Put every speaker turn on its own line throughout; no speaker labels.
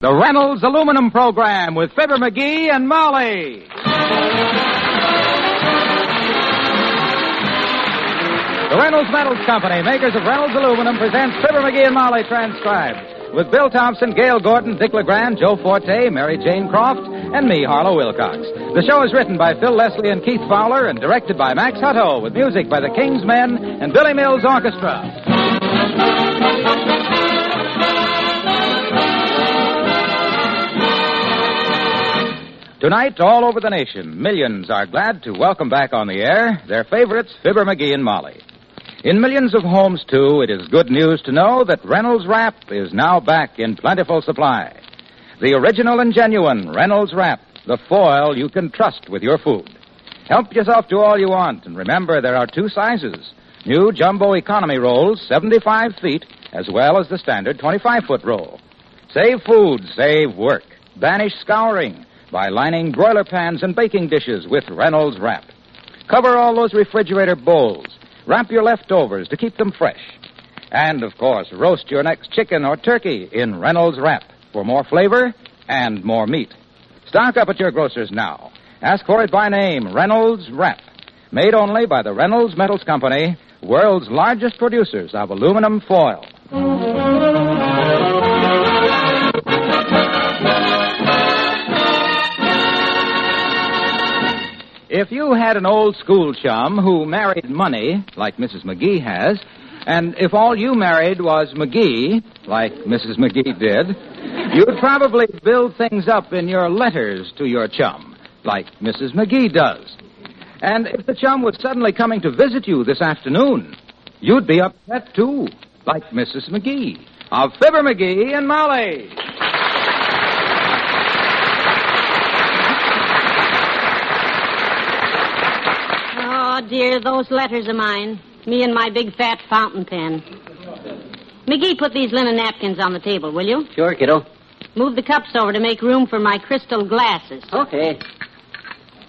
The Reynolds Aluminum Program with Fibber McGee and Molly. The Reynolds Metals Company, makers of Reynolds Aluminum, presents Fibber McGee and Molly transcribed with Bill Thompson, Gail Gordon, Dick LeGrand, Joe Forte, Mary Jane Croft, and me, Harlow Wilcox. The show is written by Phil Leslie and Keith Fowler and directed by Max Hutto with music by the King's Men and Billy Mills Orchestra. Tonight, all over the nation, millions are glad to welcome back on the air their favorites, Fibber McGee and Molly. In millions of homes, too, it is good news to know that Reynolds Wrap is now back in plentiful supply. The original and genuine Reynolds Wrap, the foil you can trust with your food. Help yourself to all you want, and remember there are two sizes new jumbo economy rolls, 75 feet, as well as the standard 25 foot roll. Save food, save work. Banish scouring by lining broiler pans and baking dishes with Reynolds Wrap. Cover all those refrigerator bowls. Wrap your leftovers to keep them fresh. And, of course, roast your next chicken or turkey in Reynolds Wrap for more flavor and more meat. Stock up at your grocer's now. Ask for it by name Reynolds Wrap. Made only by the Reynolds Metals Company, world's largest producers of aluminum foil. If you had an old school chum who married money, like Mrs. McGee has, and if all you married was McGee, like Mrs. McGee did, you'd probably build things up in your letters to your chum, like Mrs. McGee does. And if the chum was suddenly coming to visit you this afternoon, you'd be upset too, like Mrs. McGee of Fibber McGee and Molly.
Oh, dear, those letters of mine. Me and my big fat fountain pen. McGee, put these linen napkins on the table, will you?
Sure, kiddo.
Move the cups over to make room for my crystal glasses.
Okay.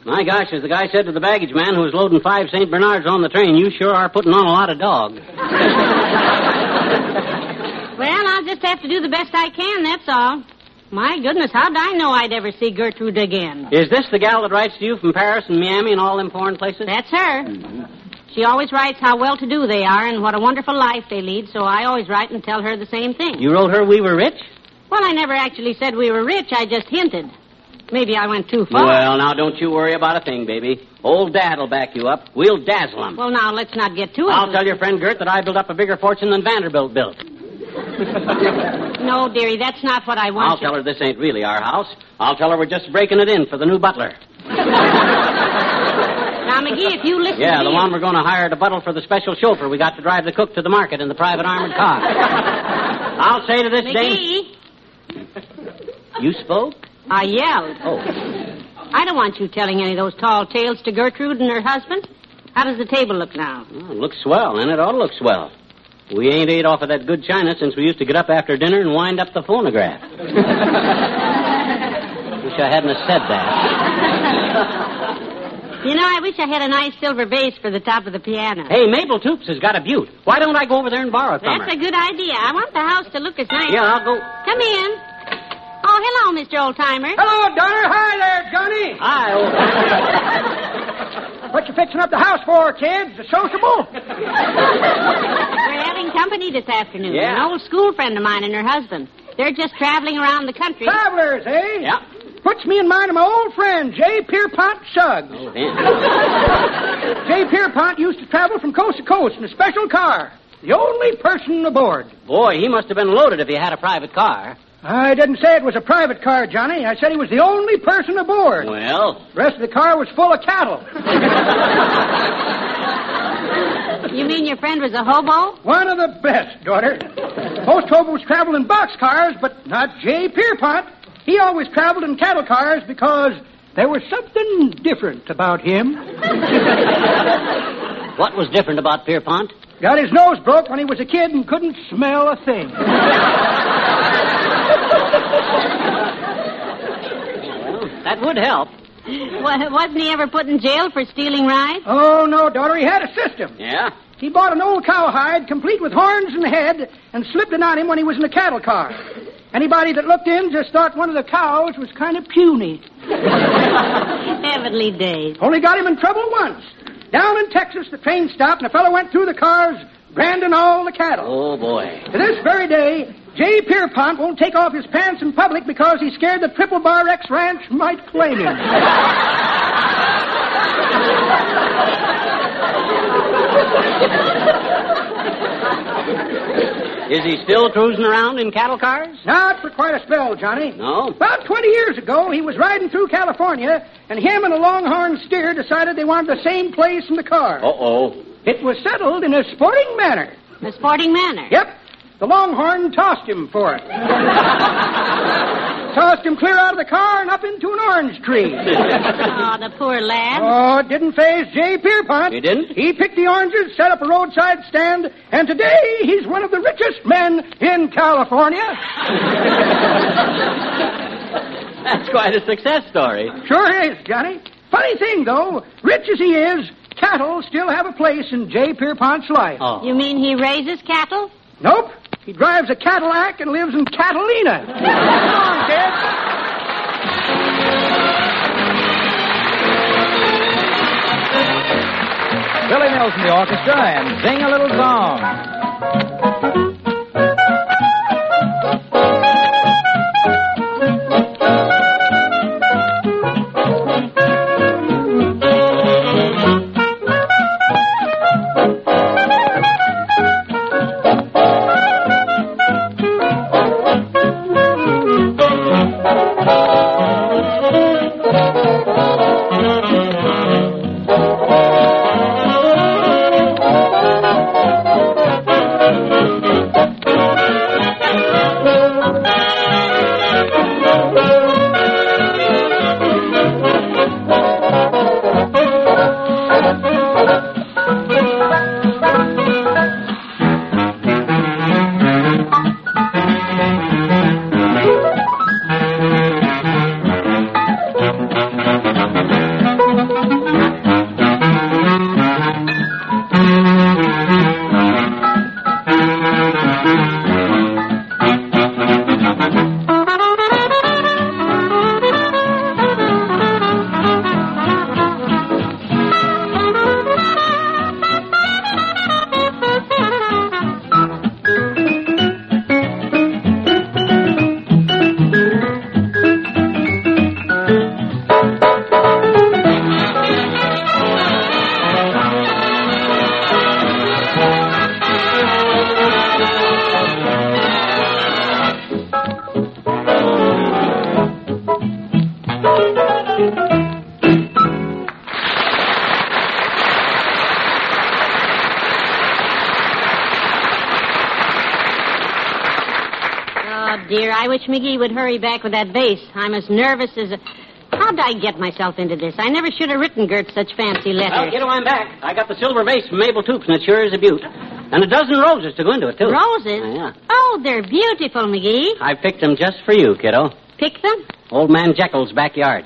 My gosh, as the guy said to the baggage man who was loading five St. Bernards on the train, you sure are putting on a lot of dog.
Well, I'll just have to do the best I can, that's all. My goodness, how'd I know I'd ever see Gertrude again?
Is this the gal that writes to you from Paris and Miami and all them foreign places?
That's her. She always writes how well to do they are and what a wonderful life they lead, so I always write and tell her the same thing.
You wrote her we were rich?
Well, I never actually said we were rich, I just hinted. Maybe I went too far.
Well, now don't you worry about a thing, baby. Old Dad'll back you up. We'll dazzle him.
Well, now let's not get too.
I'll tell your friend Gert that I built up a bigger fortune than Vanderbilt built.
No, dearie, that's not what I want.
I'll tell her this ain't really our house. I'll tell her we're just breaking it in for the new butler.
Now, McGee, if you listen
Yeah,
to
the
me,
one we're going to hire to buttle for the special chauffeur we got to drive the cook to the market in the private armored car. I'll say to this dame.
McGee,
You spoke?
I yelled.
Oh.
I don't want you telling any of those tall tales to Gertrude and her husband. How does the table look now?
Well, Oh, it looks swell, and it ought to look swell. We ain't ate off of that good china since we used to get up after dinner and wind up the phonograph. Wish I hadn't have said that.
You know, I wish I had a nice silver vase for the top of the piano.
Hey, Mabel Toops has got a butte. Why don't I go over there and borrow it from
That's
her?
a good idea. I want the house to look as nice.
Yeah, I'll go.
Come in. Oh, hello, Mr. Oldtimer.
Hello, Donner. Hi there, Johnny.
I old
What you fixing up the house for, kids? The sociable?
We're having company this afternoon.
Yeah.
An old school friend of mine and her husband. They're just traveling around the country.
Travelers, eh?
Yeah.
Puts me in mind of my old friend, J. Pierpont Suggs.
Oh, then.
J. Pierpont used to travel from coast to coast in a special car. The only person aboard.
Boy, he must have been loaded if he had a private car.
I didn't say it was a private car, Johnny. I said he was the only person aboard.
Well,
The rest of the car was full of cattle.
You mean your friend was a hobo?
One of the best, daughter. Most hobos travel in box cars, but not J. Pierpont. He always traveled in cattle cars because there was something different about him.
what was different about Pierpont?
Got his nose broke when he was a kid and couldn't smell a thing.
That would help.
Wa- Wasn't he ever put in jail for stealing rides?
Oh, no, daughter, he had a system.
Yeah?
He bought an old cowhide complete with horns and head and slipped it on him when he was in a cattle car. Anybody that looked in just thought one of the cows was kind of puny.
Heavenly days.
Only got him in trouble once. Down in Texas, the train stopped and a fellow went through the cars, branding all the cattle.
Oh, boy.
To this very day, Jay Pierpont won't take off his pants in public because he's scared the Triple Bar X Ranch might claim him.
Is he still cruising around in cattle cars?
Not for quite a spell, Johnny.
No.
About 20 years ago, he was riding through California, and him and a longhorn steer decided they wanted the same place in the car.
Uh-oh.
It was settled in a sporting manner.
In a sporting manner.
Yep. The Longhorn tossed him for it. tossed him clear out of the car and up into an orange tree.
Oh, the poor lad.
Oh, it didn't phase Jay Pierpont.
He didn't?
He picked the oranges, set up a roadside stand, and today he's one of the richest men in California.
That's quite a success story.
Sure is, Johnny. Funny thing, though, rich as he is, cattle still have a place in Jay Pierpont's life.
Oh.
You mean he raises cattle?
Nope. He drives a Cadillac and lives in Catalina. Come on, kid.
Billy Mills in the orchestra and sing a little song.
Oh,
Oh, dear. I wish McGee would hurry back with that bass. I'm as nervous as a. How'd I get myself into this? I never should have written Gert such fancy
Well,
letters.
you know, I'm back. I got the silver vase from Mabel Toops, and it sure is a beaut. And a dozen roses to go into it, too.
Roses?
Oh, yeah.
Oh, they're beautiful, McGee.
I picked them just for you, kiddo.
Pick them?
Old man Jekyll's backyard.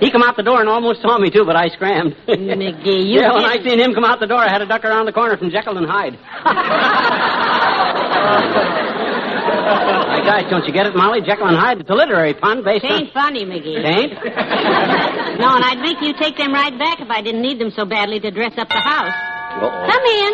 he come out the door and almost saw me, too, but I scrammed.
McGee, you
Yeah, when I
didn't.
seen him come out the door, I had to duck around the corner from Jekyll and Hyde. My gosh, don't you get it, Molly? Jekyll and Hyde, it's a literary pun based
It ain't
on...
funny, McGee.
It ain't?
No, and I'd make you take them right back if I didn't need them so badly to dress up the house.
Uh-oh.
Come in.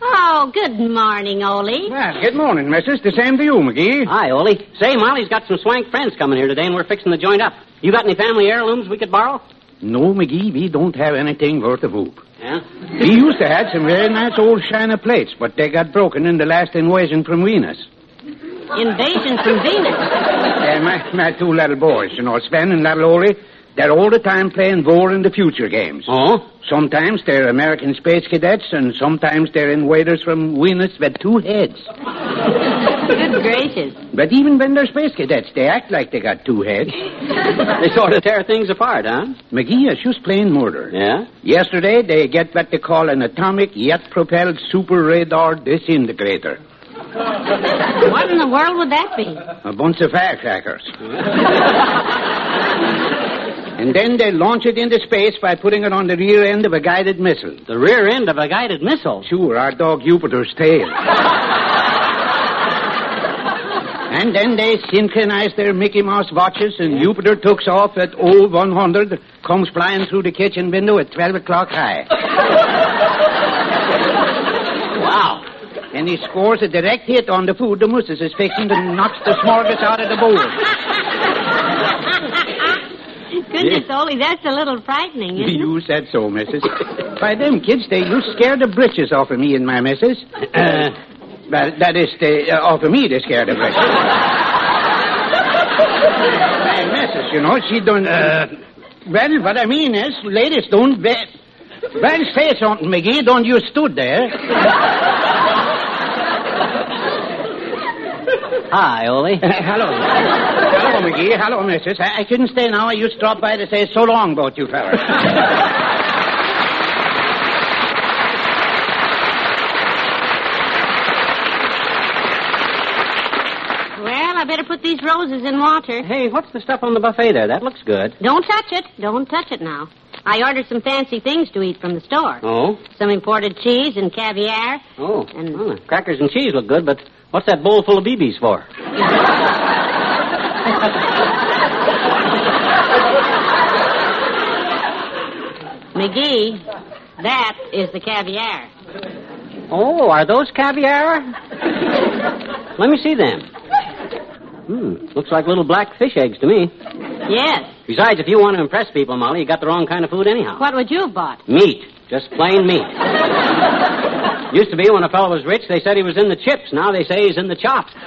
Oh, good morning, Ole.
Well, good morning, missus. The same to you, McGee.
Hi, Ollie. Say, Molly's got some swank friends coming here today, and we're fixing the joint up. You got any family heirlooms we could borrow?
No, McGee, we don't have anything worth a whoop.
Yeah?
We used to have some very nice old china plates, but they got broken in the last invasion from Venus.
Invasion from Venus.
And my, my two little boys, you know, Sven and little Ole, they're all the time playing war in the future games.
Oh?
Sometimes they're American space cadets, and sometimes they're invaders from Venus with two heads.
Good gracious.
But even when they're space cadets, they act like they got two heads.
They sort of tear things apart, huh?
McGee is just plain murder.
Yeah?
Yesterday, they get what they call an atomic yet propelled super radar disintegrator.
What in the world would that be?
A bunch of firecrackers. and then they launch it into space by putting it on the rear end of a guided missile.
The rear end of a guided missile.
Sure, our dog Jupiter's tail. And then they synchronized their Mickey Mouse watches, and Jupiter took off at 0100, comes flying through the kitchen window at 12 o'clock high.
Wow.
And he scores a direct hit on the food the missus is fixing and knocks the smorgas out of the bowl.
Goodness, Ole, that's a little frightening, isn't it?
You said so, missus. By them kids, they you scare the britches off of me and my missus. Uh, that, that is, they, uh, off of me, they scare the britches. my missus, you know, she don't... Uh, well, what I mean is, ladies don't... Be, well, say something, McGee. Don't you stood there.
Hi, Ole.
Uh, hello. Hello, McGee. Hello, missus. I, I couldn't stay now. You stopped by to say so long about you fellas.
Well, I better put these roses in water.
Hey, what's the stuff on the buffet there? That looks good.
Don't touch it. Don't touch it now. I ordered some fancy things to eat from the store.
Oh?
Some imported cheese and caviar.
Oh.
And-
Well, the crackers and cheese look good, but what's that bowl full of BBs for?
McGee, that is the caviar.
Oh, are those caviar? Let me see them. Hmm, looks like little black fish eggs to me.
Yes.
Besides, if you want to impress people, Molly, you got the wrong kind of food anyhow.
What would you have bought?
Meat. Just plain meat. Used to be when a fellow was rich, they said he was in the chips. Now they say he's in the chops.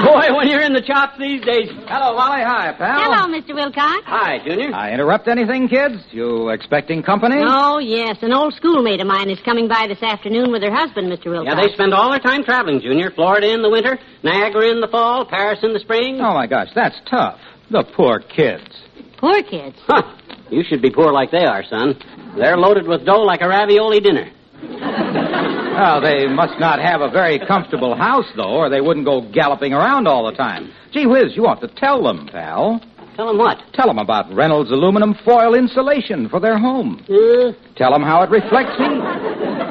Boy, when you're in the chops these days. Hello, Molly. Hi,
Oh.
pal.
Hello, Mr. Wilcox.
Hi, Junior.
I interrupt anything, kids? You expecting company?
Oh, yes. An old schoolmate of mine is coming by this afternoon with her husband, Mr. Wilcox.
Yeah, they spend all their time traveling, Junior. Florida in the winter, Niagara in the fall, Paris in the spring.
Oh, my gosh, that's tough. The poor kids.
Poor kids.
Huh. You should be poor like they are, son. They're loaded with dough like a ravioli dinner.
Well, they must not have a very comfortable house, though, or they wouldn't go galloping around all the time. Gee whiz, you ought to tell them, pal.
Tell them what?
Tell them about Reynolds aluminum foil insulation for their home.
Uh,
Tell them how it reflects heat,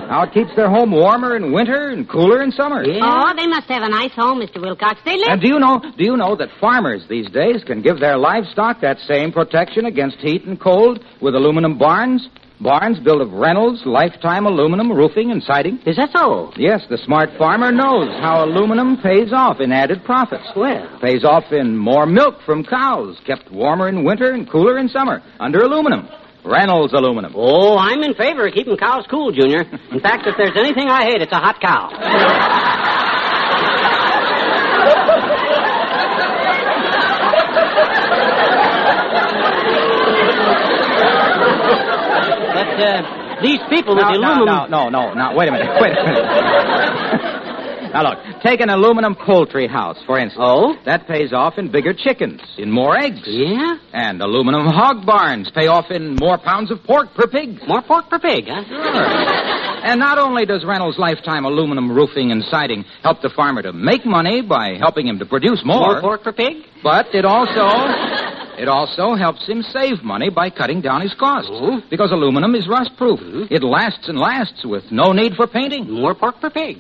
how it keeps their home warmer in winter and cooler in summer.
Oh, they must have a nice home, Mr. Wilcox. They live.
And do you know? Do you know that farmers these days can give their livestock that same protection against heat and cold with aluminum barns? Barns built of Reynolds lifetime aluminum roofing and siding.
is that so?
Yes, the smart farmer knows how aluminum pays off in added profits.
Well,
Pays off in more milk from cows, kept warmer in winter and cooler in summer under aluminum. Reynolds aluminum.
oh, I'm in favor of keeping cows cool, Junior. In fact, if there's anything I hate, it's a hot cow. but uh, these people with
No,
the
no,
aluminum.
no, no, no, no. Wait a minute. Wait a minute. now look, take an aluminum poultry house, for instance.
Oh?
That pays off in bigger chickens, in more eggs.
Yeah?
And aluminum hog barns pay off in more pounds of pork per pig.
More pork per pig, huh?
And not only does Reynolds Lifetime aluminum roofing and siding help the farmer to make money by helping him to produce more,
More pork per pig?
but it also it also helps him save money by cutting down his costs.
Oh.
Because aluminum is rust proof. It lasts and lasts with no need for painting.
More pork per pig.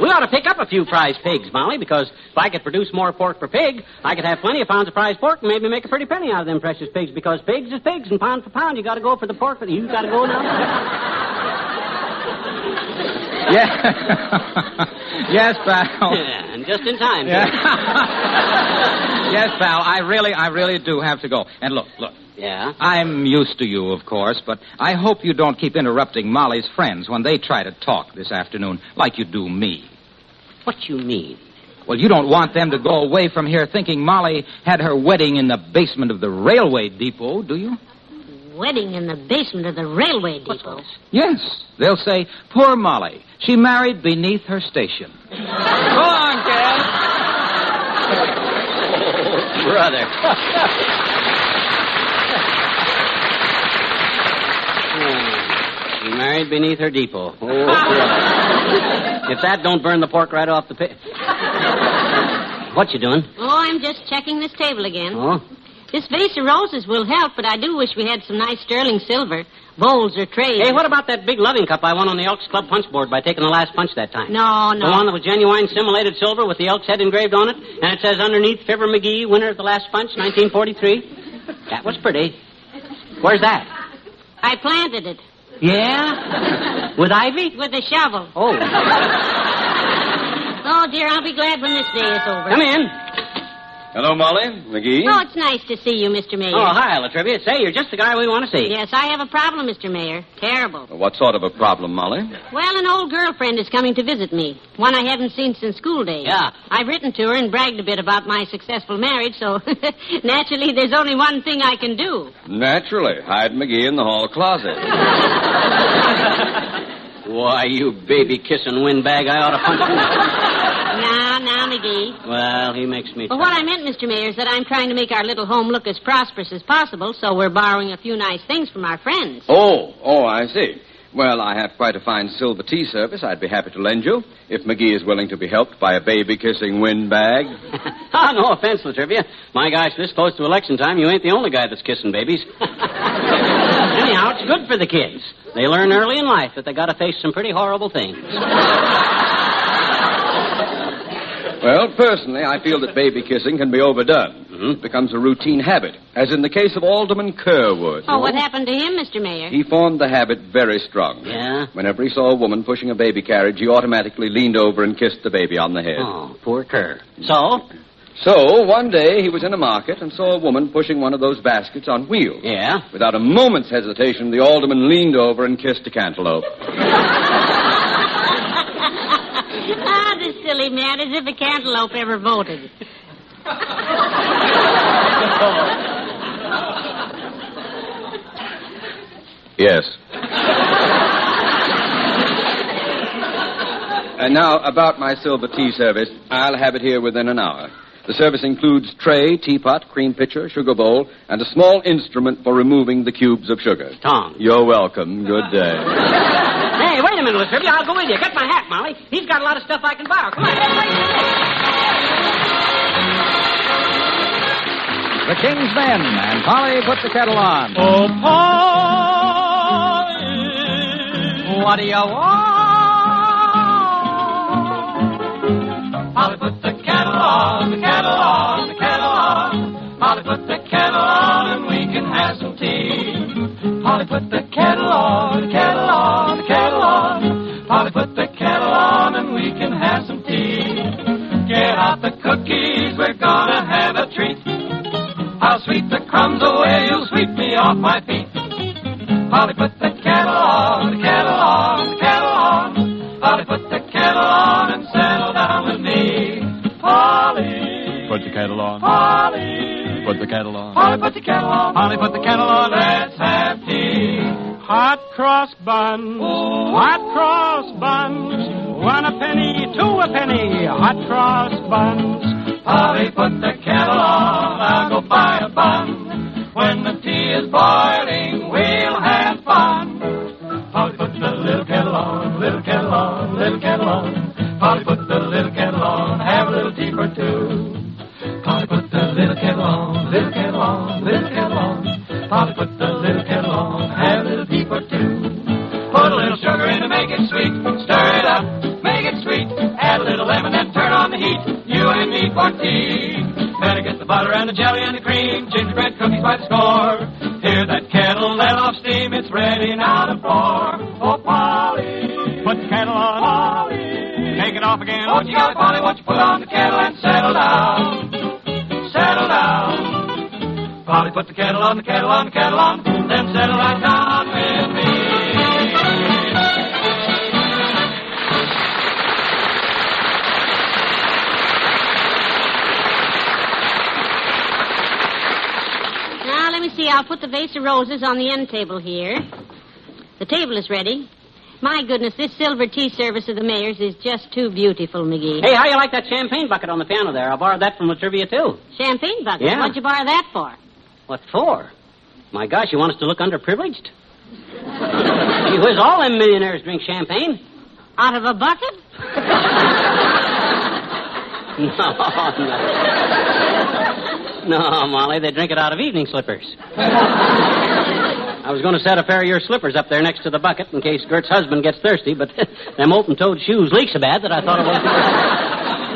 we ought to pick up a few prize pigs, Molly, because if I could produce more pork per pig, I could have plenty of pounds of prize pork and maybe make a pretty penny out of them precious pigs, because pigs is pigs, and pound for pound, you got to go for the pork. You got to go now.
Yeah. yes, pal.
Yeah, and just in time.
Yeah.
too.
yes, pal. I really, I really do have to go. And look, look.
Yeah.
I'm used to you, of course, but I hope you don't keep interrupting Molly's friends when they try to talk this afternoon like you do me.
What you mean?
Well, you don't want them to go away from here thinking Molly had her wedding in the basement of the railway depot, do you?
Wedding in the basement of the railway depot.
Yes. They'll say, poor Molly, she married beneath her station. go on, Cal.
Brother. She married beneath her depot. Oh, brother. if that don't burn the pork right off the pit. What you doing?
Oh, I'm just checking this table again.
Oh,
This vase of roses will help, but I do wish we had some nice sterling silver, bowls or trays.
Hey, what about that big loving cup I won on the Elks Club punch board by taking the last punch that time?
No,
The one
no.
that was genuine simulated silver with the elk's head engraved on it, and it says underneath, Fibber McGee, winner of the last punch, 1943. That was pretty. Where's that?
I planted it
Yeah? With ivy?
with a shovel.
Oh.
Oh, dear, I'll be glad when this day is over.
Come in.
Hello, Molly. McGee.
Oh, it's nice to see you, Mr. Mayor.
Oh, hi, Latrivia. Say, you're just the guy we want to see.
Yes, I have a problem, Mr. Mayor. Terrible.
What sort of a problem, Molly?
Well, an old girlfriend is coming to visit me. One I haven't seen since school days.
Yeah.
I've written to her and bragged a bit about my successful marriage, so naturally there's only one thing I can do.
Naturally. Hide McGee in the hall closet.
Why, you baby kissing windbag, I ought to punch
Now, now, McGee.
him. Well, he makes me.
Well, what I meant, Mr. Mayor, is that I'm trying to make our little home look as prosperous as possible, so we're borrowing a few nice things from our friends.
Oh, oh, I see. Well, I have quite a fine silver tea service I'd be happy to lend you if McGee is willing to be helped by a baby kissing windbag.
oh, no offense, Latrivia. My gosh, this close to election time, you ain't the only guy that's kissing babies. Anyhow, it's good for the kids. They learn early in life that they got to face some pretty horrible things.
Well, personally, I feel that baby kissing can be overdone. It becomes a routine habit, as in the case of Alderman Kerwood.
Oh, what happened to him, Mr. Mayor?
He formed the habit very strongly.
Yeah?
Whenever he saw a woman pushing a baby carriage, he automatically leaned over and kissed the baby on the head.
Oh, poor Kerr. So?
So, one day, he was in a market and saw a woman pushing one of those baskets on wheels.
Yeah?
Without a moment's hesitation, the alderman leaned over and kissed a cantaloupe.
ah, the silly man, as if a cantaloupe ever voted.
Yes. and now, about my silver tea service, I'll have it here within an hour. The service includes tray, teapot, cream pitcher, sugar bowl, and a small instrument for removing the cubes of sugar.
Tongs.
You're welcome. Good day.
Hey, wait a minute, Latrivia. I'll go with you. Get my hat, Molly. He's got a lot of stuff I can borrow. Come on.
The King's Men and Polly put the kettle on.
Oh, Polly, what do you want? Polly, put the kettle on, the kettle on, the kettle on. Polly, put the kettle on, and we can have some tea. Polly, put the kettle on, the kettle on, the kettle on. Polly, put the kettle on, and we can have some tea. Get out the cookies, we're gonna have a treat. I'll sweep the crumbs away, you'll sweep me off my feet. Polly, put the kettle on, the kettle on, the kettle on. Polly, put the kettle on and settle down with me. Polly,
Put the kettle on.
Polly,
Put the kettle on.
Polly, put the kettle on, Polly, put the kettle on, let's have tea.
Hot cross buns. Hot cross buns. One a penny, two a penny. Hot cross buns.
Polly, put the kettle on, I'll go buy a bun. When the tea is boiling, we'll have fun. Polly, put the little kettle on, little kettle on, little kettle on. Polly, put the little kettle on, have a little tea for two. Polly, put the little kettle on, little kettle on, little kettle on. Polly, put the little kettle on, have a little tea for two. Put a little sugar in to make it sweet. Stir it up, make it sweet. Add a little lemon and turn on the heat. You and me for tea. Better get the butter and the jelly and the cream. Gingerbread cookies by the score. Hear that kettle let off steam. It's ready now to pour. Oh, Polly.
Put the kettle on.
Polly.
Take it off again.
Won't you go, Polly? Won't you put on the kettle and settle down? Settle down. Polly, put the kettle on, the kettle on, the kettle on. Then settle right down with me.
Now, let me see. I'll put the vase of roses on the end table here. The table is ready. My goodness, this silver tea service of the mayor's is just too beautiful, McGee.
Hey, how you like that champagne bucket on the piano there? I borrowed that from Latrivia, too.
Champagne bucket.
Yeah.
What'd you borrow that for?
What for? My gosh, you want us to look underprivileged? Gee whiz, all them millionaires drink champagne.
Out of a bucket?
No, no.
No, Molly, they drink it out of evening slippers. I was going to set a pair of your slippers up there next to the bucket in case Gert's husband gets thirsty, but them open-toed shoes leak so bad that I thought it was...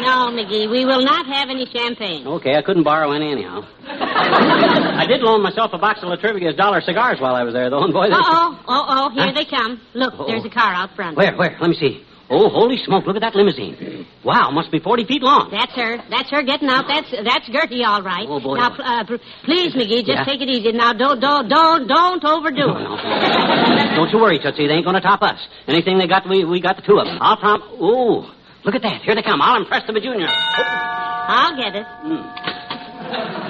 No, McGee, we will not have any champagne.
Okay, I couldn't borrow any anyhow. I did loan myself a box of Latrivia's dollar cigars while I was there, though, and boy, they...
Uh-oh, uh-oh, here
Huh?
they come. Look,
Uh-oh.
there's a car out front.
Where, where? Let me see. Oh, holy smoke, look at that limousine. Wow, must be 40 feet long.
That's her. That's her getting out. That's that's Gertie, all right.
Oh, boy.
Now, pl- uh, pr- please, McGee, just
Yeah.
take it easy. Now, don't, don't, don't, don't overdo
No,
it.
no. Don't you worry, Tootsie. They ain't going to top us. Anything they got, we, we got the two of them. I'll prom... Ooh, look at that. Here they come. I'll impress them a junior.
I'll get it.
Hmm.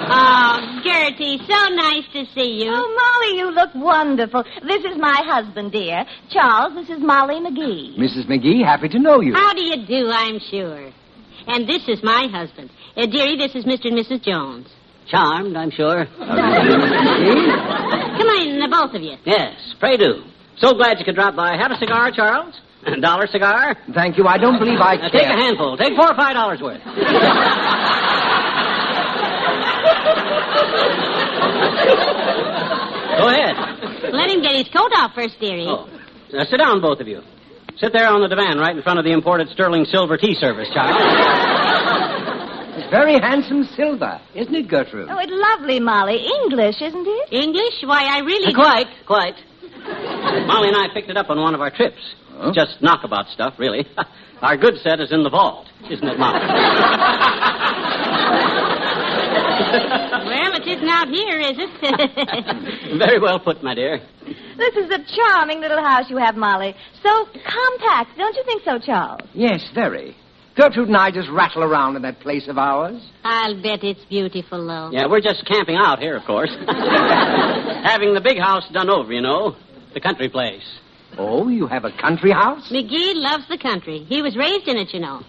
Oh, Gertie, so nice to see you.
Oh, Molly, you look wonderful. This is my husband, dear. Charles, this is Molly McGee.
Mrs. McGee, happy to know you.
How do you do, I'm sure. And this is my husband. Uh, dearie, this is Mr. and Mrs. Jones.
Charmed, I'm sure.
Come in, the both of you.
Yes, pray do. So glad you could drop by. Have a cigar, Charles? A dollar cigar?
Thank you. I don't believe I
Now,
care.
Uh, take a handful. Take four or five dollars worth. Go ahead.
Let him get his coat off first, dearie.
Oh. Now sit down, both of you. Sit there on the divan right in front of the imported sterling silver tea service, child.
It's very handsome silver, isn't it, Gertrude?
Oh, it's lovely, Molly. English, isn't it?
English? Why, I really.
quite, quite. Molly and I picked it up on one of our trips. Just knockabout stuff, really. Our good set is in the vault, isn't it, Molly?
Well, it isn't out here, is it?
Very well put, my dear.
This is a charming little house you have, Molly. So compact, don't you think so, Charles?
Yes, very. Gertrude and I just rattle around in that place of ours.
I'll bet it's beautiful, though.
Yeah, we're just camping out here, of course. Having the big house done over, you know. The country place.
Oh, you have a country house?
McGee loves the country. He was raised in it, you know.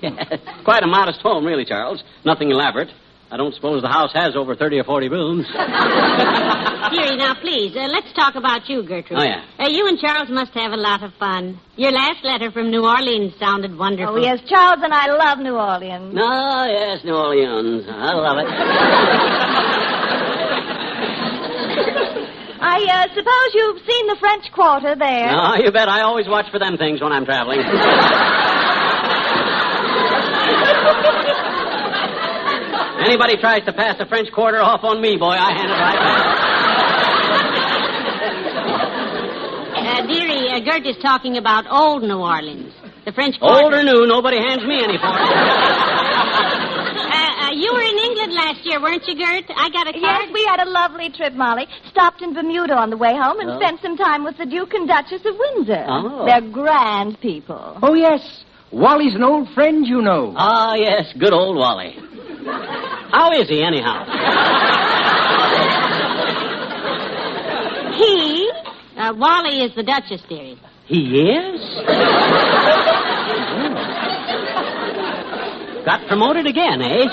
Quite a modest home, really, Charles. Nothing elaborate. I don't suppose the house has over 30 or 40 rooms. Oh,
Dearie, now please, uh, let's talk about you, Gertrude.
Oh, yeah.
Uh, you and Charles must have a lot of fun. Your last letter from New Orleans sounded wonderful.
Oh, yes, Charles and I love New Orleans.
No, Oh, yes, New Orleans. I love it.
I uh, suppose you've seen the French Quarter there.
No, Oh, you bet I always watch for them things when I'm traveling. Anybody tries to pass the French Quarter off on me, boy, I hand it right back.
Uh, dearie, uh, Gert is talking about old New Orleans. The French
Old
Quarter.
or new, nobody hands me any for it.
Uh, uh, you were in England last year, weren't you, Gert? I got a card.
Yes, we had a lovely trip, Molly. Stopped in Bermuda on the way home and
Oh.
spent some time with the Duke and Duchess of Windsor.
Oh.
They're grand people.
Oh, yes. Wally's an old friend, you know.
Ah, yes, good old Wally. How is he, anyhow?
He? Uh, Wally is the Duchess, dearie.
He is? Got promoted again, eh?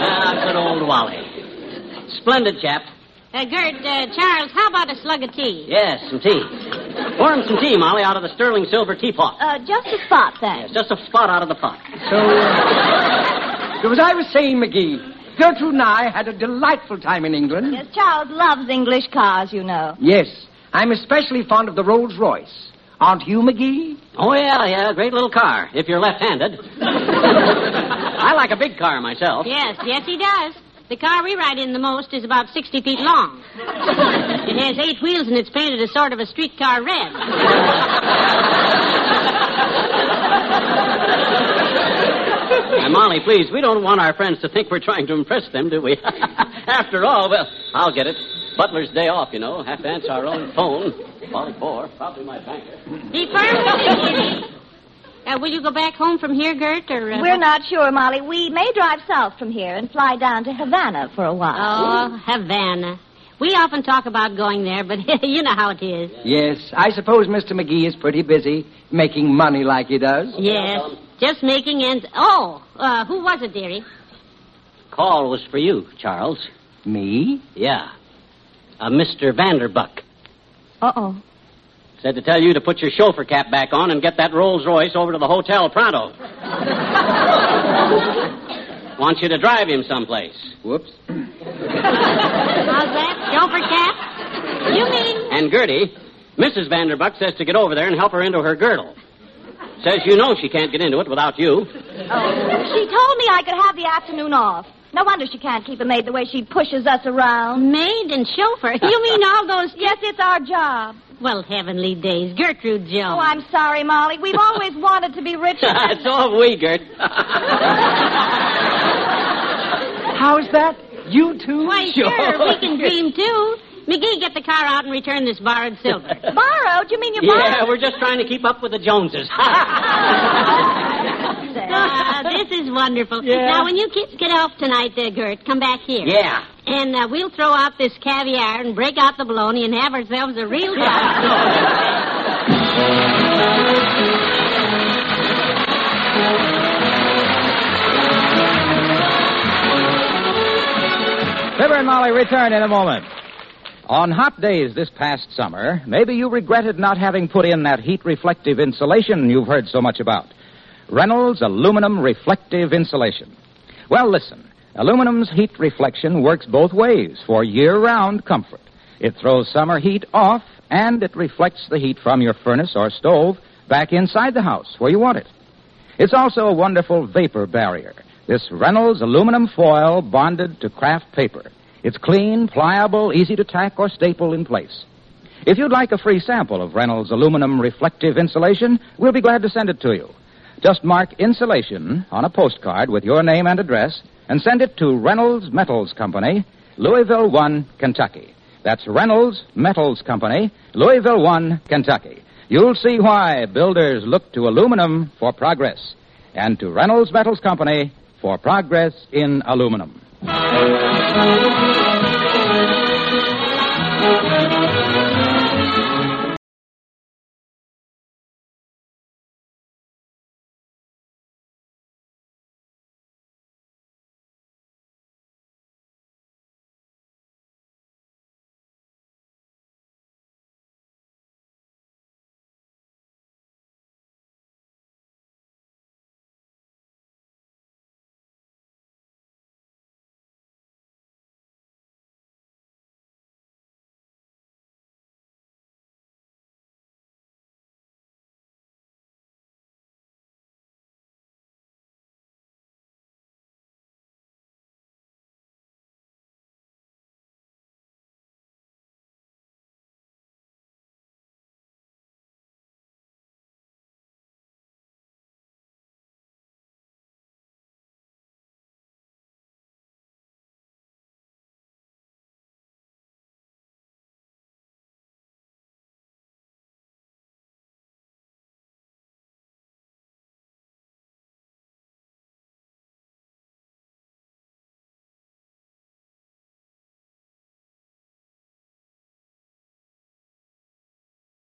ah, good old Wally. Splendid chap.
Uh, Gert, uh, Charles, how about a slug of tea?
Yes, some tea. Pour him some tea, Molly, out of the sterling silver teapot.
Uh, just a spot,
It's
thanks.
just a spot out of the pot.
So, uh, so as I was saying, McGee, Gertrude and I had a delightful time in England.
Yes, Charles loves English cars, you know.
Yes, I'm especially fond of the Rolls Royce. Aren't you, McGee?
Oh, yeah, yeah, great little car, if you're left-handed. I like a big car myself.
Yes, yes, he does. The car we ride in the most is about 60 feet long. it has eight wheels and it's painted a sort of a streetcar red.
Now, Molly, please, we don't want our friends to think we're trying to impress them, do we? After all, well, I'll get it. Butler's day off, you know. Have to answer our own phone. Molly Bohr, probably my banker.
Be firm with it, dearie. Uh, will you go back home from here, Gert, or... Uh,
We're not sure, Molly. We may drive south from here and fly down to Havana for a while.
Oh, Havana. We often talk about going there, but you know how it is.
Yes, I suppose Mr. McGee is pretty busy making money like he does.
Yes. Just making ends. Oh, uh, who was it, dearie?
Call was for you, Charles.
Me?
Yeah. A Mr. Vanderbuck.
Uh oh.
Said to tell you to put your chauffeur cap back on and get that Rolls Royce over to the hotel pronto. Wants you to drive him someplace. Whoops.
How's that? Chauffeur cap? You mean
And Gertie, Mrs. Vanderbuck says to get over there and help her into her girdle. Says you know she can't get into it without you.
She told me I could have the afternoon off. No wonder she can't keep a maid the way she pushes us around.
maid and chauffeur? You mean all those.
Yes, it's our job.
Well, heavenly days. Gertrude Jones.
Oh, I'm sorry, Molly. We've always wanted to be rich.
so have we, Gert.
How's that? You too?
Why, sure, we can dream too. McGee, get the car out and return this borrowed silver.
Borrowed? You mean you
Yeah, we're just trying to keep up with the Joneses.
borrowed?
Ah, this is wonderful. Now, when you kids get off tonight, there, Gert, come back here.
yeah.
And uh, we'll throw out this caviar and break out the bologna and have ourselves a real time.
Fibber and Molly return in a moment. On hot days this past summer, maybe you regretted not having put in that heat reflective insulation you've heard so much about. Reynolds Aluminum Reflective Insulation. Well, listen. Aluminum's heat reflection works both ways for year round comfort. It throws summer heat off and it reflects the heat from your furnace or stove back inside the house where you want it. It's also a wonderful vapor barrier. This Reynolds aluminum foil bonded to craft paper. It's clean, pliable, easy to tack or staple in place. If you'd like a free sample of Reynolds aluminum reflective insulation, we'll be glad to send it to you. Just mark insulation on a postcard with your name and address and send it to Reynolds Metals Company, Louisville 1, Kentucky. That's Reynolds Metals Company, Louisville 1, Kentucky. You'll see why builders look to aluminum for progress and to Reynolds Metals Company for progress in aluminum.